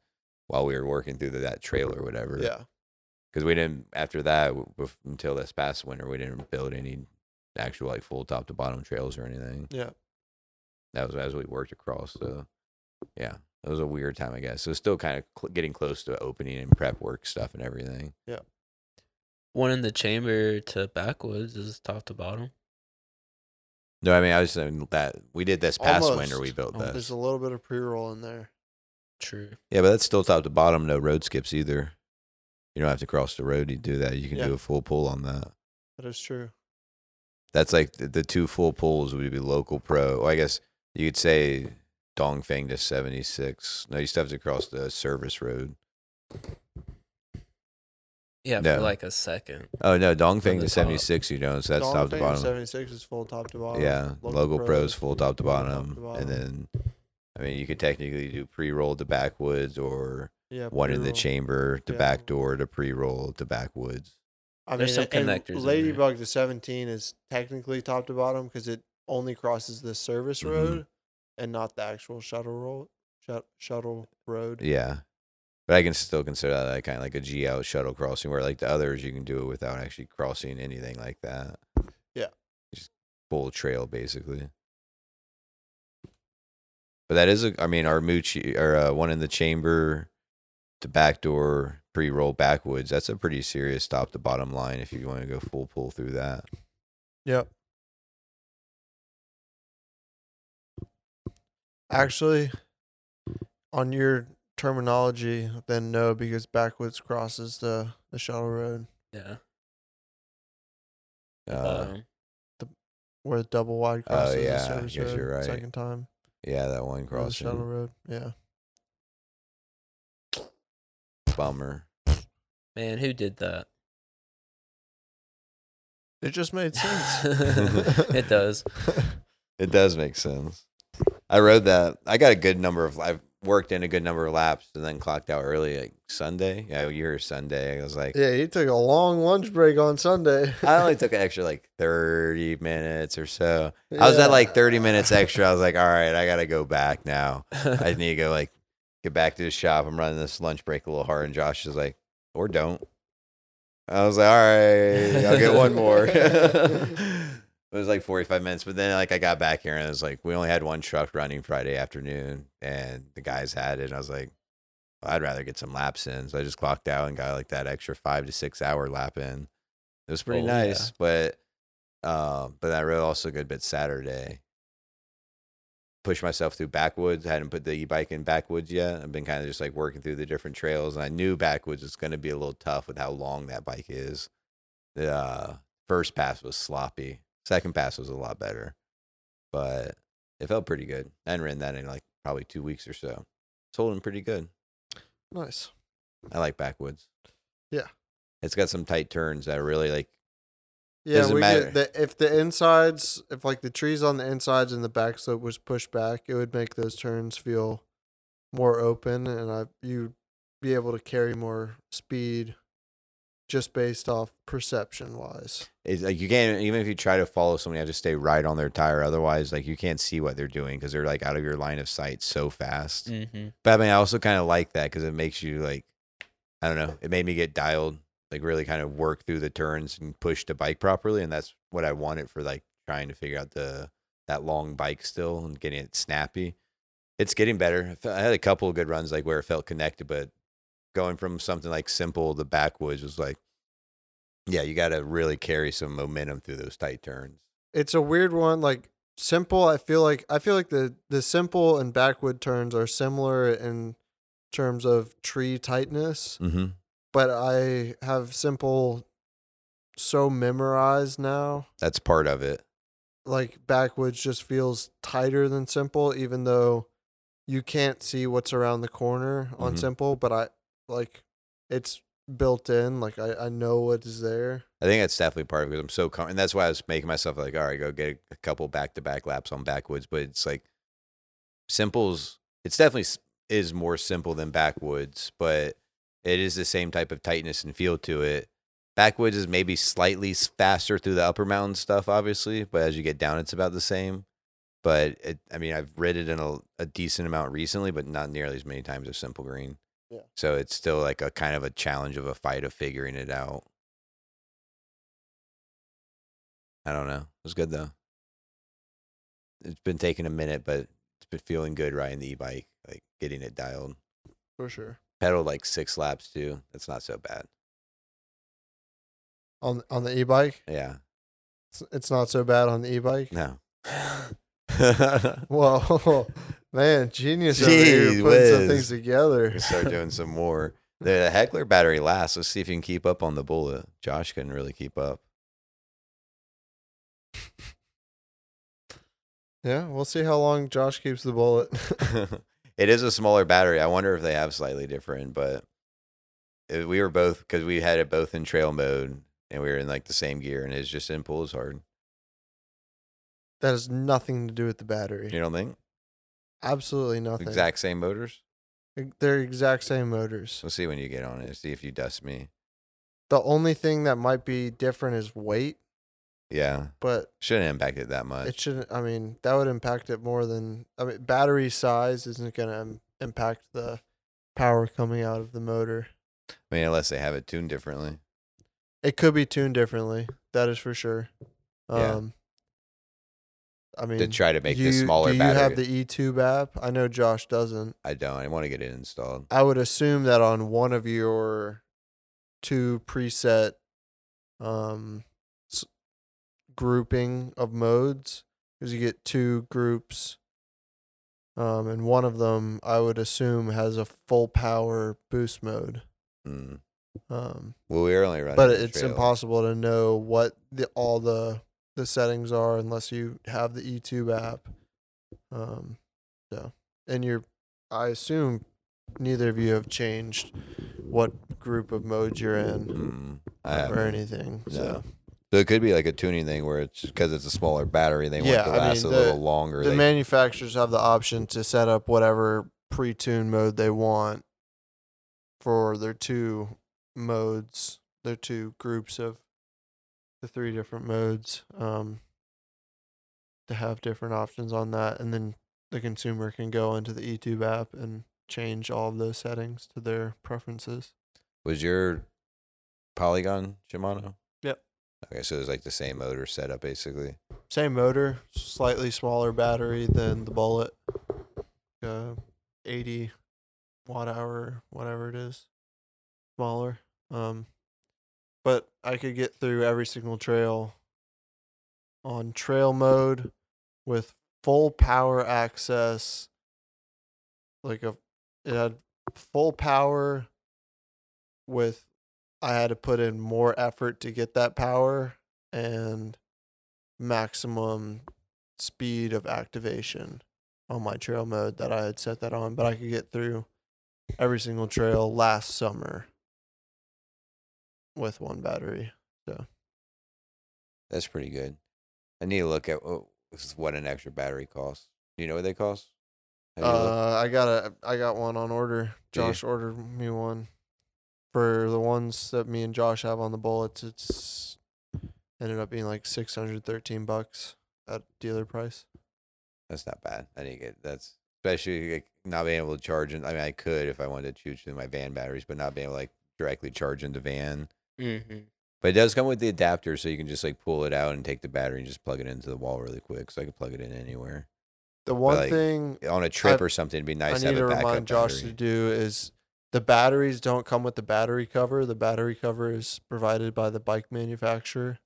while we were working through the, that trail or whatever.
Yeah,
because we didn't after that w- bef- until this past winter we didn't build any actual like full top to bottom trails or anything.
yeah.
That was as we worked across. So yeah, it was a weird time, I guess. So it's still kind of cl- getting close to opening and prep work stuff and everything.
One in the chamber to backwoods is top to bottom.
No, I mean I was saying that we did this past winter
Almost. Oh,
we built
Almost.
this.
There's a little bit of pre-roll in there.
True.
Yeah, but that's still top to bottom, no road skips either. You don't have to cross the road to do that. You can
Yeah.
do a full pull on that.
That is true.
That's like the, the two full pulls would be local pro. Well, I guess you could say Dongfeng to 76. No, you still have to cross the service road.
Yeah,
No.
for like a second.
Oh, no, Dongfeng
the
to
top.
76, you know, so that's
Dawn
top to
Fame
bottom.
76 is full top to bottom.
Yeah, local,
Pro
pros
is
full top to
full top
bottom.
to
And
bottom.
then, I mean, you could technically do pre roll to backwoods or
yeah,
one in the
pre-roll.
chamber to
Yeah.
back door to pre roll to backwoods.
I
There's
mean,
some
and
connectors in there.
Ladybug to 17 is technically top to bottom because it only crosses the service
Mhm.
road and not the actual shuttle road. Shut, shuttle road.
Yeah. But I can still consider that like, kind of like a G out shuttle crossing where like the others you can do it without actually crossing anything like that.
Yeah.
Just full trail basically. But that is a I mean our Moochie or uh, one in the chamber, the back door pre roll backwoods, that's a pretty serious stop to bottom line if you want to go full pull through that.
Yep. Actually, on your terminology, then no, because backwoods crosses the, the shuttle road
Yeah. Um,
Uh,
bottom.
where the double wide
Oh,
crosses
yeah,
the
I
service
guess
road
you're right.
second time.
yeah, that one
or The shuttle
crossing
road. Yeah.
bummer.
Man, who did that?
It just made sense.
it does.
It does make sense. I rode that. I got a good number of. I've worked in a good number of laps and then clocked out early like Sunday. Yeah, you were Sunday. I was like,
Yeah, he took a long lunch break on Sunday.
I only took an extra like thirty minutes or so. I was at like thirty minutes extra. I was like, all right, I gotta go back now. I need to go like get back to the shop. I'm running this lunch break a little hard, and Josh is like, or don't. I was like, all right, I'll get one more. it was like 45 minutes, but then like I got back here and it was like, we only had one truck running Friday afternoon, and the guys had it. And I was like, well, I'd rather get some laps in, so I just clocked out and got like that extra five to six hour lap in. It was pretty
Oh, yeah.
nice, but um, but I rode also a good bit Saturday push myself through backwoods. I hadn't put the e bike in backwoods yet. I've been kind of just like working through the different trails, and I knew backwoods was going to be a little tough with how long that bike is. The uh, first pass was sloppy. Second pass was a lot better, but it felt pretty good. I hadn't ridden that in like probably two weeks or so. It's holding pretty good.
nice.
I like backwoods.
Yeah.
it's got some tight turns that are really like
Yeah,
Doesn't
we
matter.
get the, if the insides, if like the trees on the insides and the back slope was pushed back, it would make those turns feel more open, and I you'd be able to carry more speed just based off perception wise.
it's like you can't even if you try to follow somebody, you have to stay right on their tire. Otherwise, like you can't see what they're doing because they're like out of your line of sight so fast.
hmm
But I mean, I also kind of like that because it makes you like, I don't know, it made me get dialed, like really kind of work through the turns and push the bike properly, and that's what I wanted for like trying to figure out the that long bike still and getting it snappy. It's getting better. I fe- I had a couple of good runs like where it felt connected, but going from something like simple to backwoods was like, yeah, you got to really carry some momentum through those tight turns.
it's a weird one like simple i feel like i feel like the the simple and backwood turns are similar in terms of tree tightness
Mm-hmm.
but i have simple so memorized now
That's part of it.
like backwoods just feels tighter than simple even though you can't see what's around the corner on
Mhm.
simple but i like it's built in like i, I know what is there
I think that's definitely part of it because I'm so com- and that's why I was making myself like, all right, go get a couple back to back laps on backwoods. But it's like simples. It's definitely s- is more simple than backwoods, but it is the same type of tightness and feel to it. Backwoods is maybe slightly s- faster through the upper mountain stuff, obviously, but as you get down, it's about the same. But it, I mean, I've rid it in a, a decent amount recently, but not nearly as many times as simple green.
Yeah.
So it's still like a kind of a challenge of a fight of figuring it out. I don't know. It was good though. It's been taking a minute, but it's been feeling good riding the e-bike, like getting it dialed.
for sure
Pedaled like six laps too. That's not so bad.
on on the e-bike
Yeah.
it's, it's not so bad on the e-bike
No.
Whoa, man, genius over
Gee
here putting some
whiz.
things together.
Start doing some more. The heckler battery lasts. Let's see if you can keep up on the bullet. Josh couldn't really keep up.
Yeah, we'll see how long Josh keeps the bullet.
it is a smaller battery. I wonder if they have slightly different, but it- we were both because we had it both in trail mode and we were in like the same gear, and it's just didn't pull as hard.
that has nothing to do with the battery.
You don't think?
Absolutely nothing.
Exact same motors.
They're exact same motors.
We'll see when you get on it. See if you dust me.
The only thing that might be different is weight,
Yeah,
but
shouldn't impact it that much.
it shouldn't. I mean, that would impact it more than. I mean, battery size isn't going to impact the power coming out of the motor.
I mean, unless they have it tuned differently.
It could be tuned differently. That is for sure.
Yeah.
Um, I mean,
to try to make
do
this
you-
smaller
do you
battery.
have the E-Tube app? I know Josh doesn't.
I don't. I want to get it installed.
I would assume that on one of your two preset um, s- grouping of modes, because you get two groups, um, and one of them I would assume has a full power boost mode.
Mm.
Um,
Well, we are only running.
but
the
it's
trail.
impossible to know what the all the the settings are unless you have the eTube app. Um, so and you're, I assume, neither of you have changed what group of modes you're in
Mm. I
or
haven't.
anything. So
So it could be like a tuning thing where it's because it's a smaller battery, they
Yeah,
want it
I
to last
mean,
a
the-
little longer.
the
They-
manufacturers have the option to set up whatever pre-tuned mode they want for their two modes, their two groups of the three different modes um, to have different options on that, and then the consumer can go into the eTube app and change all of those settings to their preferences.
was your Polygon Shimano?
Yep.
Okay, so it's like the same motor setup basically.
Same motor, slightly smaller battery than the Bullet. Uh, 80 watt hour, whatever it is. Smaller. Um, but I could get through every single trail on trail mode with full power access. Like a, it had full power with, I had to put in more effort to get that power and maximum speed of activation on my trail mode that I had set that on, but I could get through every single trail last summer with one battery.
That's pretty good. I need to look at oh, this is what an extra battery costs. Do you know what they cost? Have you looked?
Uh, I got a I got one on order.
Do you?
Josh ordered me one for the ones that me and Josh have on the bullets. It's ended up being like six hundred thirteen bucks at dealer price.
that's not bad. I need to get that's especially like, not being able to charge. In, I mean, I could if I wanted to choose through my van batteries, but not being able to like directly charge into van.
Mm-hmm.
But it does come with the adapter, so you can just like pull it out and take the battery and just plug it into the wall really quick. So I could plug it in anywhere
The one
like,
thing
on a trip
I-
or something. It'd be nice
I
to
need
have
to
a backup
remind Josh to
battery.
do is The batteries don't come with the battery cover. The battery cover is provided by the bike manufacturer.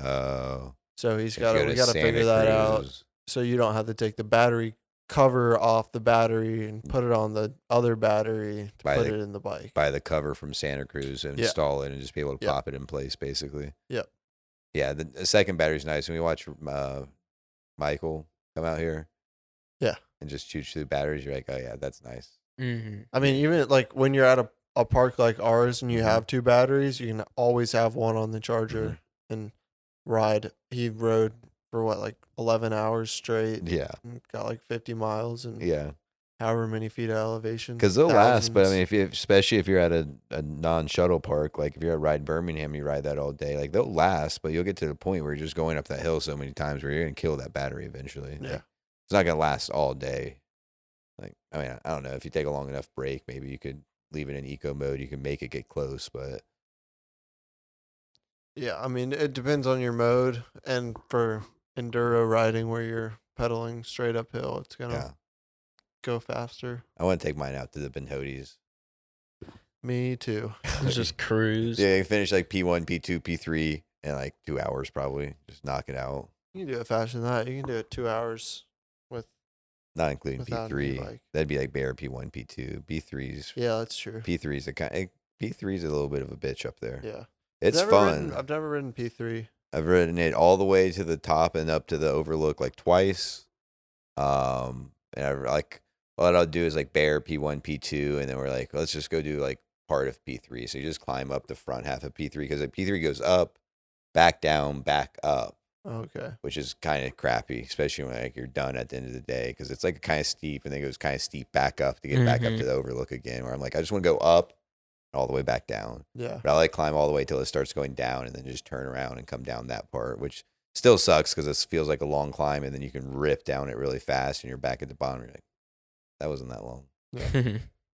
Oh,
So he's
if
got
you
to
go
we
to
got to
Santa
figure that out.
Cruz,
So you don't have to take the battery cover off the battery and put it on the other battery
Mm.
to
By
put
the-
it in the bike.
Buy the cover from Santa Cruz and
Yeah.
install it, and just be able to
Yeah.
pop it in place, basically.
Yeah.
Yeah. The, the second battery's nice. When we watch uh, Michael come out here,
Yeah.
and just shoot through the batteries, you're like, oh yeah, that's nice.
Mm-hmm.
I mean, even like when you're at a, a park like ours and you
Mhm.
have two batteries, you can always have one on the charger
Mm-hmm.
and ride. He rode for what, like 11 hours straight,
Yeah.
and got like 50 miles and
Yeah.
however many feet of elevation.
Because they'll last, but I
thousands.
mean, if you, especially if you're at a, a non-shuttle park, like if you're at Ride Birmingham, you ride that all day. Like they'll last, but you'll get to the point where you're just going up that hill so many times where you're gonna kill that battery eventually. Like,
Yeah.
it's not gonna last all day. Like I mean, I don't know if you take a long enough break, maybe you could leave it in eco mode. You can make it get close, but
Yeah, I mean, it depends on your mode. And for enduro riding where you're pedaling straight uphill, it's going to
yeah,
go faster.
I want to take mine out to the Benhodis.
Me too.
Just cruise.
yeah, you finish like P one, P two, P three in like two hours probably. Just knock it out,
You can do it faster than that. You can do it two hours with,
not including P
without a new
three.
bike.
That'd be like bare P one, P two, P threes.
Yeah, that's true.
P three is a kind. P three is a little bit of a bitch up there.
Yeah.
It's
Never
fun.
ridden- I've never ridden P3.
I've ridden it all the way to the top and up to the overlook like twice. Um, and I like what I'll do is like bear P one, P two, and then we're like, let's just go do like part of P three. So you just climb up the front half of P three because like P three goes up, back down, back up,
Okay.
which is kind of crappy, especially when like you're done at the end of the day because it's like kind of steep and then it goes kind of steep back up to get back up
Mhm.
to the overlook again. Where I'm like, I just want to go up, all the way back down.
Yeah.
But I like climb all the way till it starts going down and then just turn around and come down that part, which still sucks because it feels like a long climb and then you can rip down it really fast and you're back at the bottom. You're like, that wasn't that long.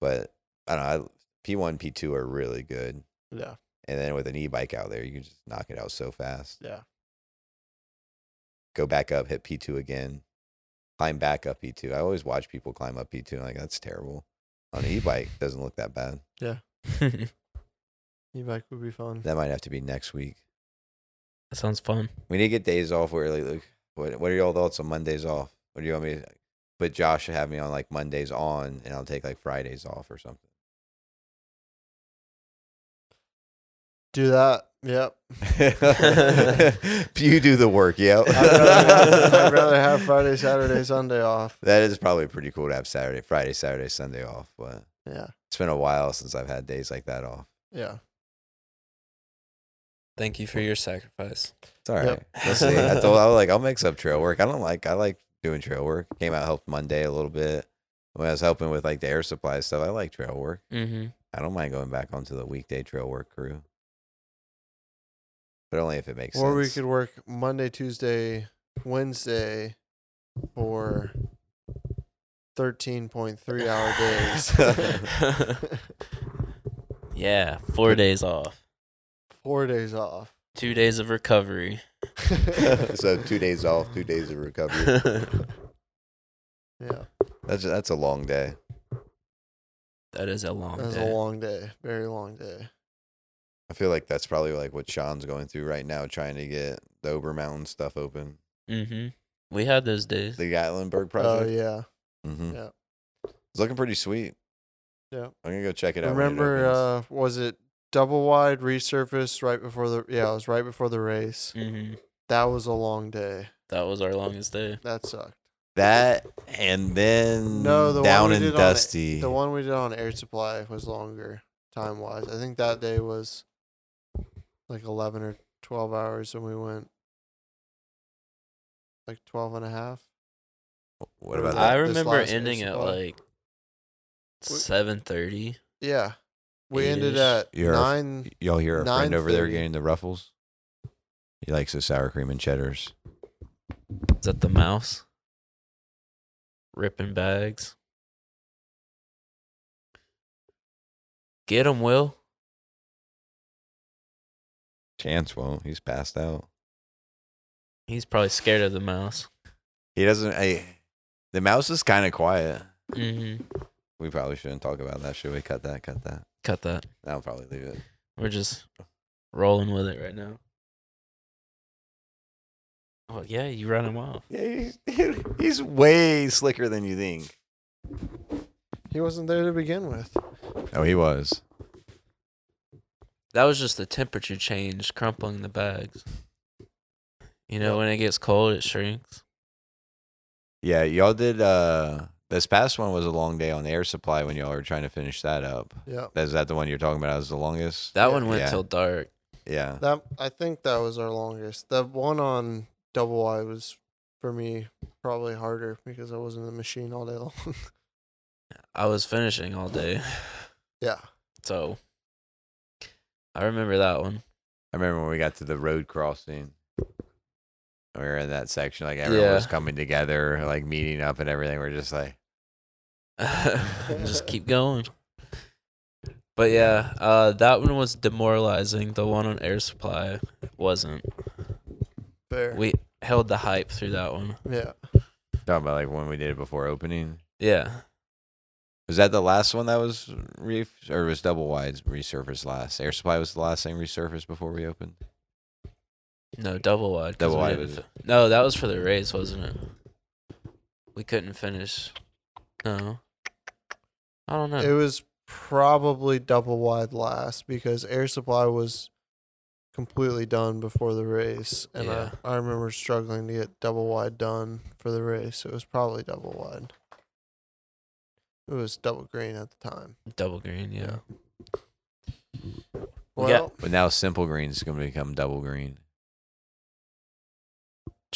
But I don't know. I, P1, P2 are really good.
Yeah.
And then with an e bike out there, you can just knock it out so fast.
Yeah.
Go back up, hit P2 again, climb back up P2. I always watch people climb up P2. and I'm like, that's terrible. On an e bike, doesn't look that bad.
that
E bike would be fun.
That might have to be next week.
sounds fun.
We need to get days off. Where like, look, what what are y'all thoughts on Mondays off? What do you want me? to But Josh should have me on like Mondays on, and I'll take like Fridays off or something.
Do that. Yep.
you do the work, yeah.
I'd rather, have, I'd rather have Friday, Saturday, Sunday off.
That is probably pretty cool to have Saturday, Friday, Saturday, Sunday off. But
Yeah.
it's been a while since I've had days like that off.
Yeah.
Thank you for your sacrifice.
It's all right.
Yep.
We'll see. I told I was like, I'll mix up trail work. I don't like I like doing trail work. Came out helped Monday a little bit. When I was helping with like the air supply stuff, I like trail work.
Mm-hmm.
I don't mind going back onto the weekday trail work crew, but only if it makes
Or we
sense.
could work Monday, Tuesday, Wednesday for 13.3 hour days.
Yeah, four days off,
Four days off.
two days of recovery.
so two days off, two days of recovery.
that
Yeah.
That's that's a long day.
is a long
That was
day.
a long day. Very long day.
I feel like that's probably like what Sean's going through right now, trying to get the Ober Mountain stuff open,
mm-hmm. We had those days.
the Gatlinburg
Oh,
project.
yeah.
hmm
yeah.
it's looking pretty sweet.
Yeah.
I'm gonna go check it out. when it
Remember,
opens.
uh, was it double wide resurfaced right before the yeah? It was right before the race.
Mm-hmm.
That was a long day.
That was our longest day.
That sucked.
that, and then
No, the one
down
we
and
did on it-
dusty.
The one we did on air supply was longer time wise. I think that day was like eleven or twelve hours, and we went like 12 and a half.
what about
I
that?
this
remember
last air
ending at
supply.
like seven thirty.
Yeah, we ended
Eight-ish.
at
You're a f-
nine.
Y'all hear our friend over there
9:30.
getting the ruffles? He likes the sour cream and cheddars.
Is that the mouse? Ripping bags. Get him, Will.
Chance won't. He's passed out.
He's probably scared of the mouse.
He doesn't. I, the mouse is kind of quiet.
Mm-hmm.
We probably shouldn't talk about that. Should we cut that? Cut that.
Cut that.
I'll probably leave it.
We're just rolling with it right now. Oh yeah, you run him off.
Yeah, he's, he's way slicker than you think.
He wasn't there to begin with.
Oh, he was.
That was just the temperature change crumpling the bags. You know, when it gets cold, it shrinks.
Yeah, y'all did. uh This past one was a long day on air supply when y'all were trying to finish that up.
Yeah.
Is that the one you're talking about? That was the longest.
That
Yeah.
one went
Yeah.
till dark.
Yeah.
That I think that was our longest. The one on double Y was for me probably harder because I was in the machine all day long.
I was finishing all day,
yeah.
so I remember that one.
I remember when we got to the road crossing. We were in that section, like everyone was
Yeah.
coming together, like meeting up and everything. We're just like,
Just keep going. But yeah, uh, that one was demoralizing. The one on air supply wasn't.
Fair.
We held the hype through that one.
yeah.
talking about like when we did it before opening.
Yeah,
Was that the last one that was re or was double wide resurfaced last? Air supply was the last thing resurfaced before we opened.
no double wide. 'cause
Double
we
wide
didn't
was-
fi- no, that was for the race, wasn't it? We couldn't finish. No, I don't know.
It was probably double wide last because air supply was completely done before the race. And
Yeah.
I, I remember struggling to get double wide done for the race. It was probably double wide. It was double green at the time.
double green. Yeah.
Well,
Yeah.
But now simple green's going to become double green.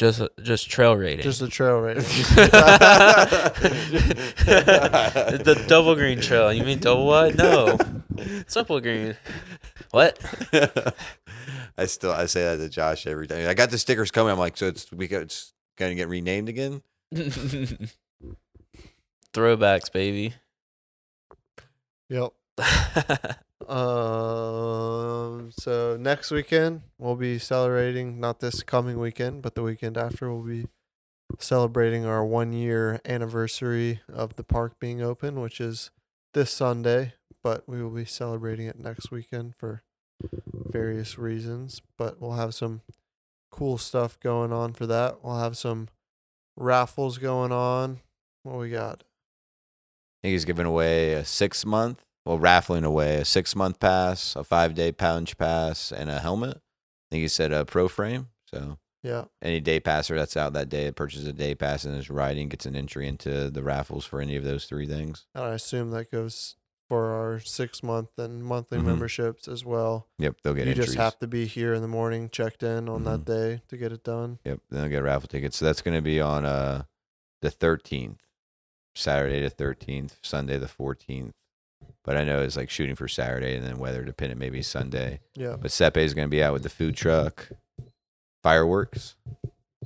Just just trail rating.
just a trail race.
the double green trail. You mean double wide? No, simple green. What?
I still I say that to Josh every time. I got the stickers coming. I'm like, so it's we got, it's going to get renamed again.
Throwbacks, baby.
yep. Um. So next weekend we'll be celebrating not this coming weekend, but the weekend after we'll be celebrating our one year anniversary of the park being open, which is this Sunday. But we will be celebrating it next weekend for various reasons. But we'll have some cool stuff going on for that. We'll have some raffles going on. What we got?
I think he's giving away a six month, well, raffling away a six month pass, a five day pouch pass, and a helmet. I think he said a pro frame. So
Yeah.
any day passer that's out that day that purchases a day pass and is riding gets an entry into the raffles for any of those three things.
And I assume that goes for our six month and monthly
Mhm.
memberships as well.
Yep, they'll get
you
entries.
just have to be here in the morning, checked in on that
Mhm.
day to get it done.
Yep, then they'll get raffle tickets. So that's going to be on uh the thirteenth, Saturday the thirteenth, Sunday the fourteenth. But I know it's like shooting for Saturday and then weather dependent, maybe Sunday.
Yeah.
But Sepe is going to be out with the food truck, fireworks.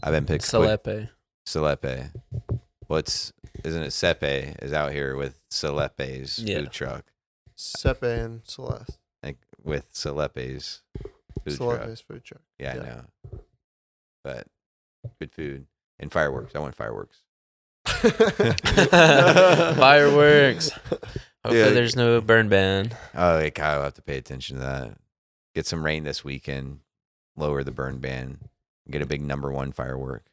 I've been picked. with
Celepe.
Celepe. What's isn't it? Sepe is out here with Celepe's
Yeah.
food truck,
Sepe and Celeste.
like with Celepe's food truck.
Celeste's food truck.
Yeah,
yeah.
I know. But good food and fireworks. I want fireworks.
Fireworks. Hopefully,
Yeah.
there's no burn ban.
Oh, yeah, Kyle, I'll have to pay attention to that. Get some rain this weekend. Lower the burn ban. Get a big number one firework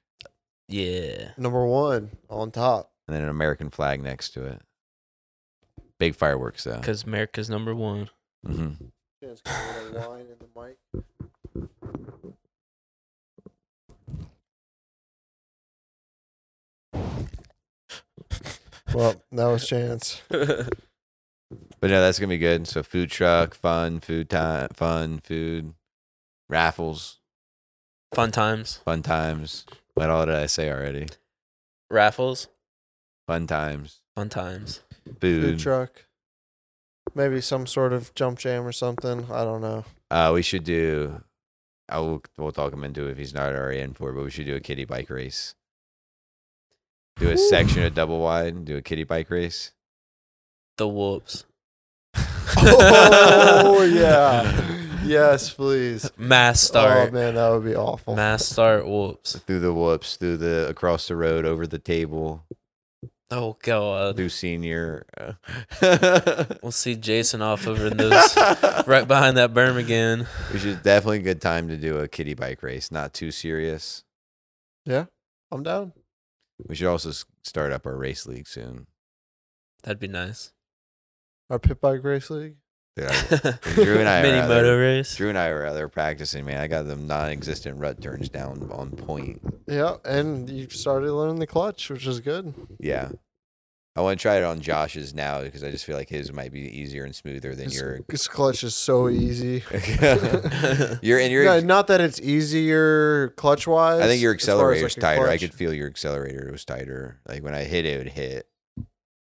Yeah.
Number one on top.
and then an American flag next to it. Big fireworks though.
Because America's number one.
hmm
Well, that was chance.
But no, that's gonna be good. So food truck, fun, food time, fun food, raffles,
Fun times.
fun times. What all did I say already?
Raffles.
Fun times,
Fun times.
food.
Food truck. Maybe some sort of jump jam or something. I don't know.
Uh, we should do. I will. We'll talk him into it if he's not already in for. it, But we should do a kiddie bike race. Do a section of double wide. and Do a kiddie bike race.
The whoops.
oh yeah. Yes, please.
Mass
Oh
start.
man, that would be awful.
Mass start whoops.
Through the whoops, through the across the road, over the table.
Oh god.
Lou Senior. uh,
We'll see Jason off over in those right behind that berm again.
Which is definitely a good time to do a kiddie bike race. Not too serious.
I'm down.
We should also s- start up our race league soon.
That'd be nice.
Our pit bike race league.
Dude, I- Drew and I are
mini
out
moto
there.
race.
Drew and I were out there practicing, man. I got them non-existent rut turns down on point.
Yeah, and you started learning the clutch, which is good.
Yeah. I want to try it on Josh's now because I just feel like his might be easier and smoother than
This-
your.
This clutch is so easy.
your and your.
Yeah, not that it's easier clutch wise.
I think your accelerator was
is
tighter. I could feel your accelerator was tighter. Like when I hit it, it would hit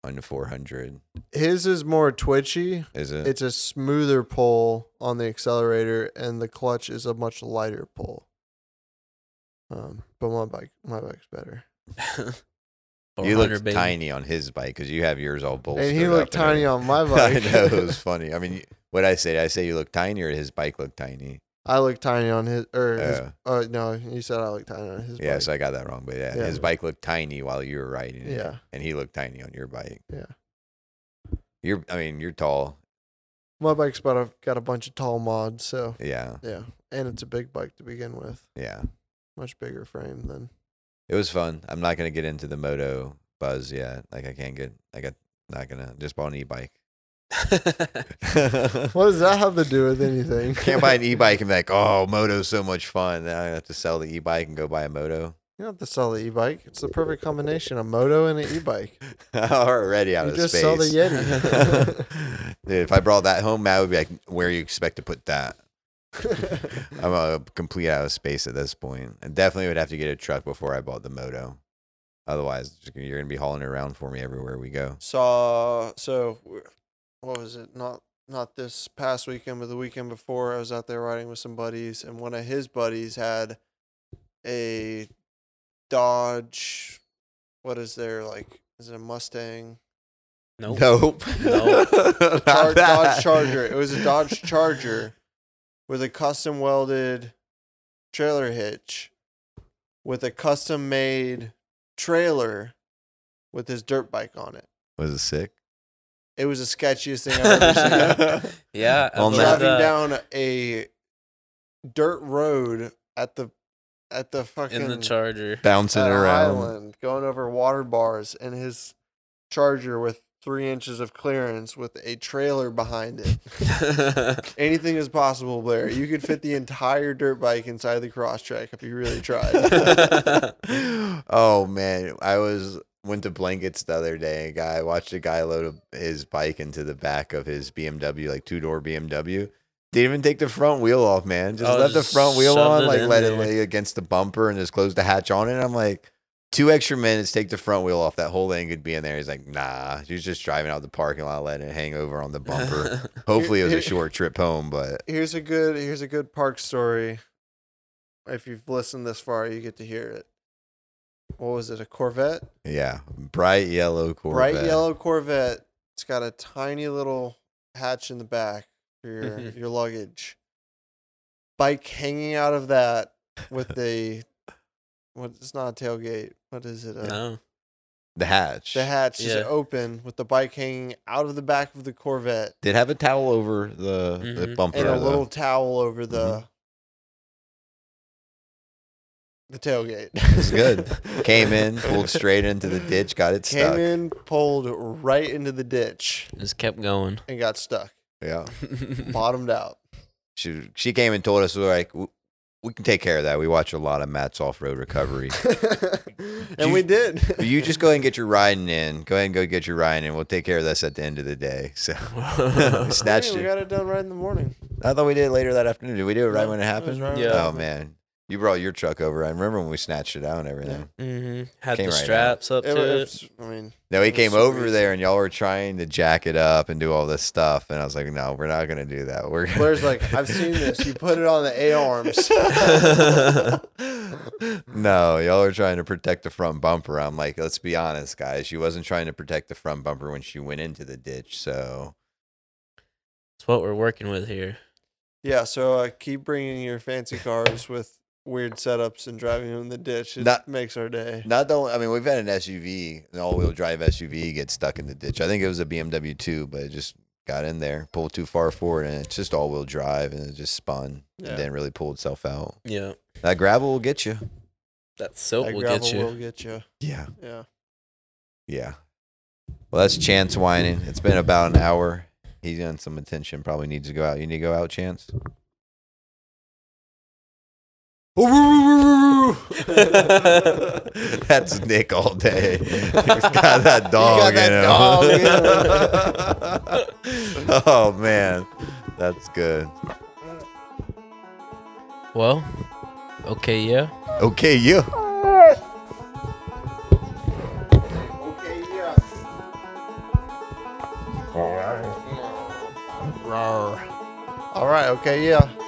on the 400.
His is more twitchy.
Is it?
It's a smoother pull on the accelerator, and the clutch is a much lighter pull. Um, but my bike, my bike's better.
you
400,
look
baby.
tiny on his bike because you have yours all bolstered.
and he
up
looked tiny
everything.
on my bike.
I know it was funny. I mean, what I say, I say you look tiny, or his bike looked tiny.
I look tiny on his, or his,
Yeah.
uh, no, you said I look tiny on his.
Yeah,
bike.
so I got that wrong, but yeah,
Yeah.
his bike looked tiny while you were riding it.
yeah.
and he looked tiny on your bike.
Yeah.
you're. I mean, you're tall.
My bike's about a, got a bunch of tall mods, so
Yeah,
yeah, and it's a big bike to begin with,
yeah.
much bigger frame than
It was fun. I'm not gonna get into the moto buzz yet. Like I can't get. Like I'm not gonna just bought an e-bike.
What does that have to do with anything?
Can't buy an e-bike and be like, oh, moto's so much fun. Now I have to sell the e-bike and go buy a moto.
You don't have to sell the e-bike. It's the perfect combination: a moto and an e-bike.
Already out
You
of
just
space.
sell the Yeti.
Dude, if I brought that home, Matt would be like, "Where you expect to put that?" I'm uh, complete out of space at this point. I definitely would have to get a truck before I bought the moto. Otherwise, it's just gonna- you're gonna be hauling it around for me everywhere we go.
Saw so, w- what was it? Not not this past weekend, but the weekend before. I was out there riding with some buddies, and one of his buddies had a Dodge. What is there like? Is it a Mustang?
Nope.
Nope.
No.
Not
Char-
that.
Dodge Charger. It was a Dodge Charger with a custom welded trailer hitch with a custom made trailer with his dirt bike on it.
Was it sick?
It was the sketchiest thing I've ever seen.
Yeah. I
On
believe
that-
Driving
that.
down a dirt road at the at the fucking
in the charger.
Bouncing
at an
around.
island, going over water bars and his charger with three inches of clearance with a trailer behind it. Anything is possible, Blair. You could fit the entire dirt bike inside the cross track if you really tried.
oh man, I was went to blankets the other day. A guy I watched a guy load a- his bike into the back of his BMW, like two door BMW. Didn't even take the front wheel off, man. Just
Oh,
left
just
the front wheel
shoved
on,
it
like
in
let it
there.
lay against the bumper, and just closed the hatch on it. And I'm like, two extra minutes, take the front wheel off. That whole thing could be in there. He's like, nah. He was just driving out the parking lot, letting it hang over on the bumper. Hopefully, it was a short trip home, but
here's a good here's a good park story. If you've listened this far, you get to hear it. What was it? A Corvette?
yeah, bright yellow Corvette.
Bright yellow Corvette. It's got a tiny little hatch in the back for your, your luggage. Bike hanging out of that with a what it's not a tailgate. What is it? A,
no.
The hatch.
The hatch is
Yeah.
open with the bike hanging out of the back of the Corvette
did have a towel over the, the
Mhm.
bumper.
and a
though.
little towel over the the tailgate.
It's Mm-hmm. good. Came in, pulled straight into the ditch, got it
Came
stuck.
in, pulled right into the ditch,
Just kept going.
and got stuck.
Yeah,
Bottomed out.
she she came and told us we were like, "W- we can take care of that. We watch a lot of Matt's off road recovery.
and
You-
we did.
But you just go ahead and get your riding in. Go ahead and go get your riding in. We'll take care of this at the end of the day. So
Hey,
snatched
we
it.
got it done right in the morning.
I thought we did it later that afternoon. Did we do it right
No,
when it
it was
happened?
right when
it
oh
happened.
man, you brought your truck over. I remember when we snatched it out and everything.
hmm Had
Came
the
right out.
straps up
It
to it.
was, I mean,
No, he
It was
came
so
over
easy.
there and y'all were trying to jack it up and do all this stuff, and I was like, "No, we're not gonna do that." We're
Blair's like, I've seen this. You put it on the A arms.
no, y'all are trying to protect the front bumper. I'm like, let's be honest, guys. She wasn't trying to protect the front bumper when she went into the ditch. So
It's what we're working with here.
Yeah, so uh, keep bringing your fancy cars with weird setups and driving them in the ditch. It
Not-
makes our day.
Not the. only- I mean, we've had an SUV, an all-wheel drive SUV, get stuck in the ditch. I think it was a BMW 2, but it just got in there, pulled too far forward, and it's just all-wheel drive, and it just spun
Yeah.
and didn't really pull itself out.
Yeah.
That gravel will get you.
That silt
that
will
gravel
get you.
will get you.
Yeah,
Yeah.
yeah. Well, that's Chance whining. It's been about an hour. He's on some attention. Probably needs to go out. You need to go out, Chance. That's Nick all day. He's got that dog
You got that
in him. oh man, that's good.
well, okay, yeah.
Okay, you.
All right. Okay. Yeah.